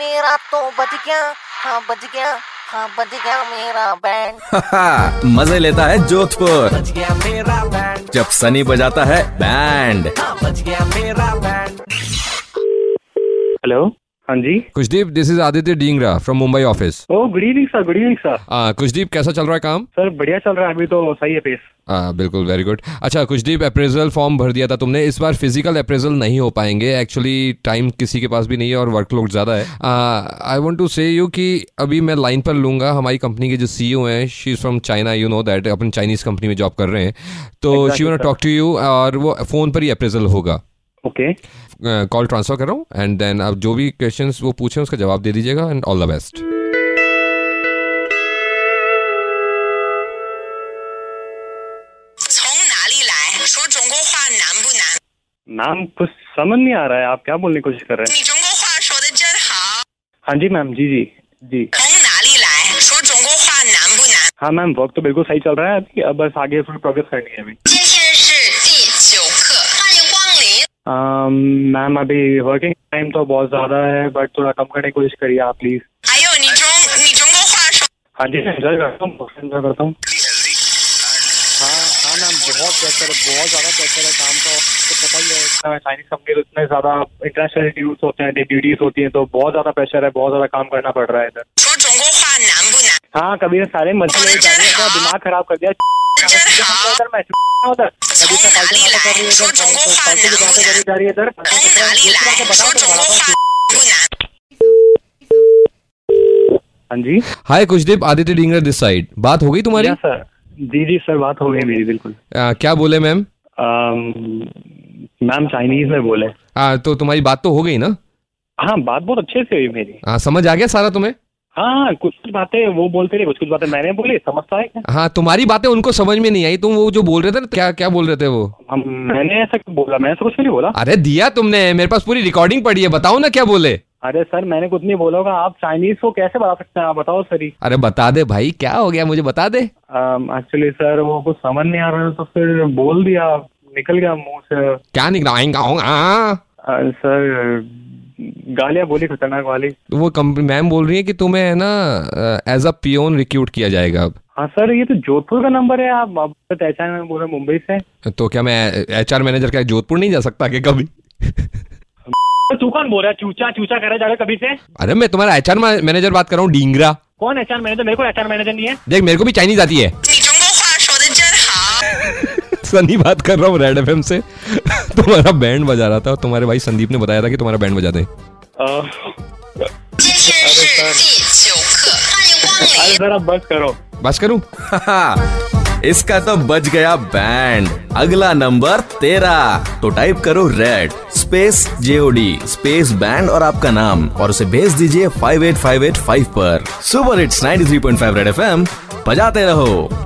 मेरा तो बज गया हाँ बज गया हाँ बज गया मेरा बैंड मजे लेता है जोधपुर बच गया मेरा बैंड जब सनी बजाता है बैंड हाँ बच गया मेरा बैंड हेलो हाँ जी Kushdeep this is Aditya Dingra from Mumbai office oh good evening sir good evening sir Kushdeep कैसा चल रहा है काम सर बढ़िया चल रहा है अभी तो सही है पेस आ, बिल्कुल वेरी गुड अच्छा कुशदीप अप्रेजल फॉर्म भर दिया था तुमने इस बार फिजिकल अप्रेजल नहीं हो पाएंगे एक्चुअली टाइम किसी के पास भी नहीं है और वर्कलोड ज़्यादा है I want to say you कि अभी मैं लाइन पर लूंगा हमारी कंपनी के जो सीईओ हैं she is from China you know that अपन चाइनीज़ कंपनी में जॉब कर रहे हैं तो शी वांट टॉक टू यू और वो फ़ोन पर ही अप्रेजल होगा ओके कॉल ट्रांसफर कर रहा हूँ एंड देन आप जो भी क्वेश्चन वो पूछें उसका जवाब दे दीजिएगा एंड ऑल द बेस्ट नाम कुछ समझ नहीं आ रहा है आप क्या बोलने की कोशिश कर रहे हैं हाँ जी मैम जी जी जी हाँ मैम वर्क तो बिल्कुल सही चल रहा है अभी अब बस आगे थोड़ी प्रोग्रेस करनी है अभी 今天是第九课，欢迎光临。 अम, मैम Um, अभी वर्किंग टाइम तो बहुत ज़्यादा है बट थोड़ा कम करने की कोशिश करिए आप प्लीज़ 还有你中你中国话说 हाँ जी एंजॉय करता हूँ बहुत एंजॉय करता हूँ हाँ हाँ मैम बहुत प्रेशर बहुत ज़्यादा प्रेशर है काम का तो पता ही है इतना चाइनीज कंपनी तो इतने ज़्यादा इंटरनेशनल ड्यूज होते हैं ड्यूटीज होती हैं तो बहुत ज़्यादा प्रेशर है बहुत ज़्यादा काम करना पड़ रहा है इधर 说中国话难不难？ हाँ कभी सारे मजबूरी अपना दिमाग खराब कर दिया तो उधर मैं उधर कभी से फालतू बातें कर रही है इधर फालतू की बातें करी जा रही है इधर 从哪里来？说中国话难不难？ हाँ जी hi Kushdeep Aditya Dingar this side बात हो गई तुम्हारी या सर जी जी सर बात हो गई मेरी बिल्कुल आ, क्या बोले मैम अम, मैम चाइनीज में बोले आ, तो तुम्हारी बात तो हो गई ना हाँ बात बहुत अच्छे से हुई मेरी आ, समझ आ गया सारा तुम्हें हाँ कुछ कुछ बातें वो बोलते रहे कुछ कुछ बातें मैंने बोली समझता है क्या? हाँ तुम्हारी बातें उनको समझ में नहीं आई तुम वो जो बोल रहे थे ना क्या क्या बोल रहे थे वो हम मैंने ऐसा क्यों बोला मैंने ऐसा कुछ नहीं बोला अरे दिया तुमने मेरे पास पूरी रिकॉर्डिंग पड़ी है बताओ ना क्या बोले अरे सर मैंने कुछ नहीं बोला होगा आप चाइनीज को कैसे बता सकते हैं आप बताओ सर ही अरे बता दे भाई क्या हो गया मुझे बता दे एक्चुअली सर वो कुछ समझ नहीं आ रहा है, तो फिर बोल दिया निकल गया मुंह से क्या निकला हाँ। आएंगा आऊंगा अ, सर गालियां बोली खतरनाक वाली वो कंपनी मैम बोल रही है कि तुम्हें है ना एज अ पियोन रिक्रूट किया जाएगा अब हाँ सर ये तो जोधपुर का नंबर है आप आप तो पहचान में बोल रहे हैं, मुंबई से तो क्या मैं एच आर मैनेजर का जोधपुर नहीं जा सकता क्या कभी तो तू कौन बोल रहा है चूचा चूचा कर रहा जाकर कभी से अरे मैं तुम्हारा एच आर मैनेजर बात कर रहा हूँ डींगरा कौन एचआर मैनेजर मेरे को एचआर मैनेजर नहीं है देख मेरे को भी चाइनीज आती है 你中国话说的真好。 सनी बात कर रहा हूँ रेड एफ से तुम्हारा बैंड बजा रहा था और तुम्हारे भाई संदीप ने बताया था कि तुम्हारा बैंड बजाते हैं अ, 今天是第九课，欢迎光临。 अरे सर आप बस करो बस करूँ इसका तो बज गया बैंड अगला नंबर तेरा तो टाइप करो red space JOD space band और आपका नाम और उसे भेज दीजिए 58585 पर सुपर हिट्स 93.5 रेड एफएम बजाते रहो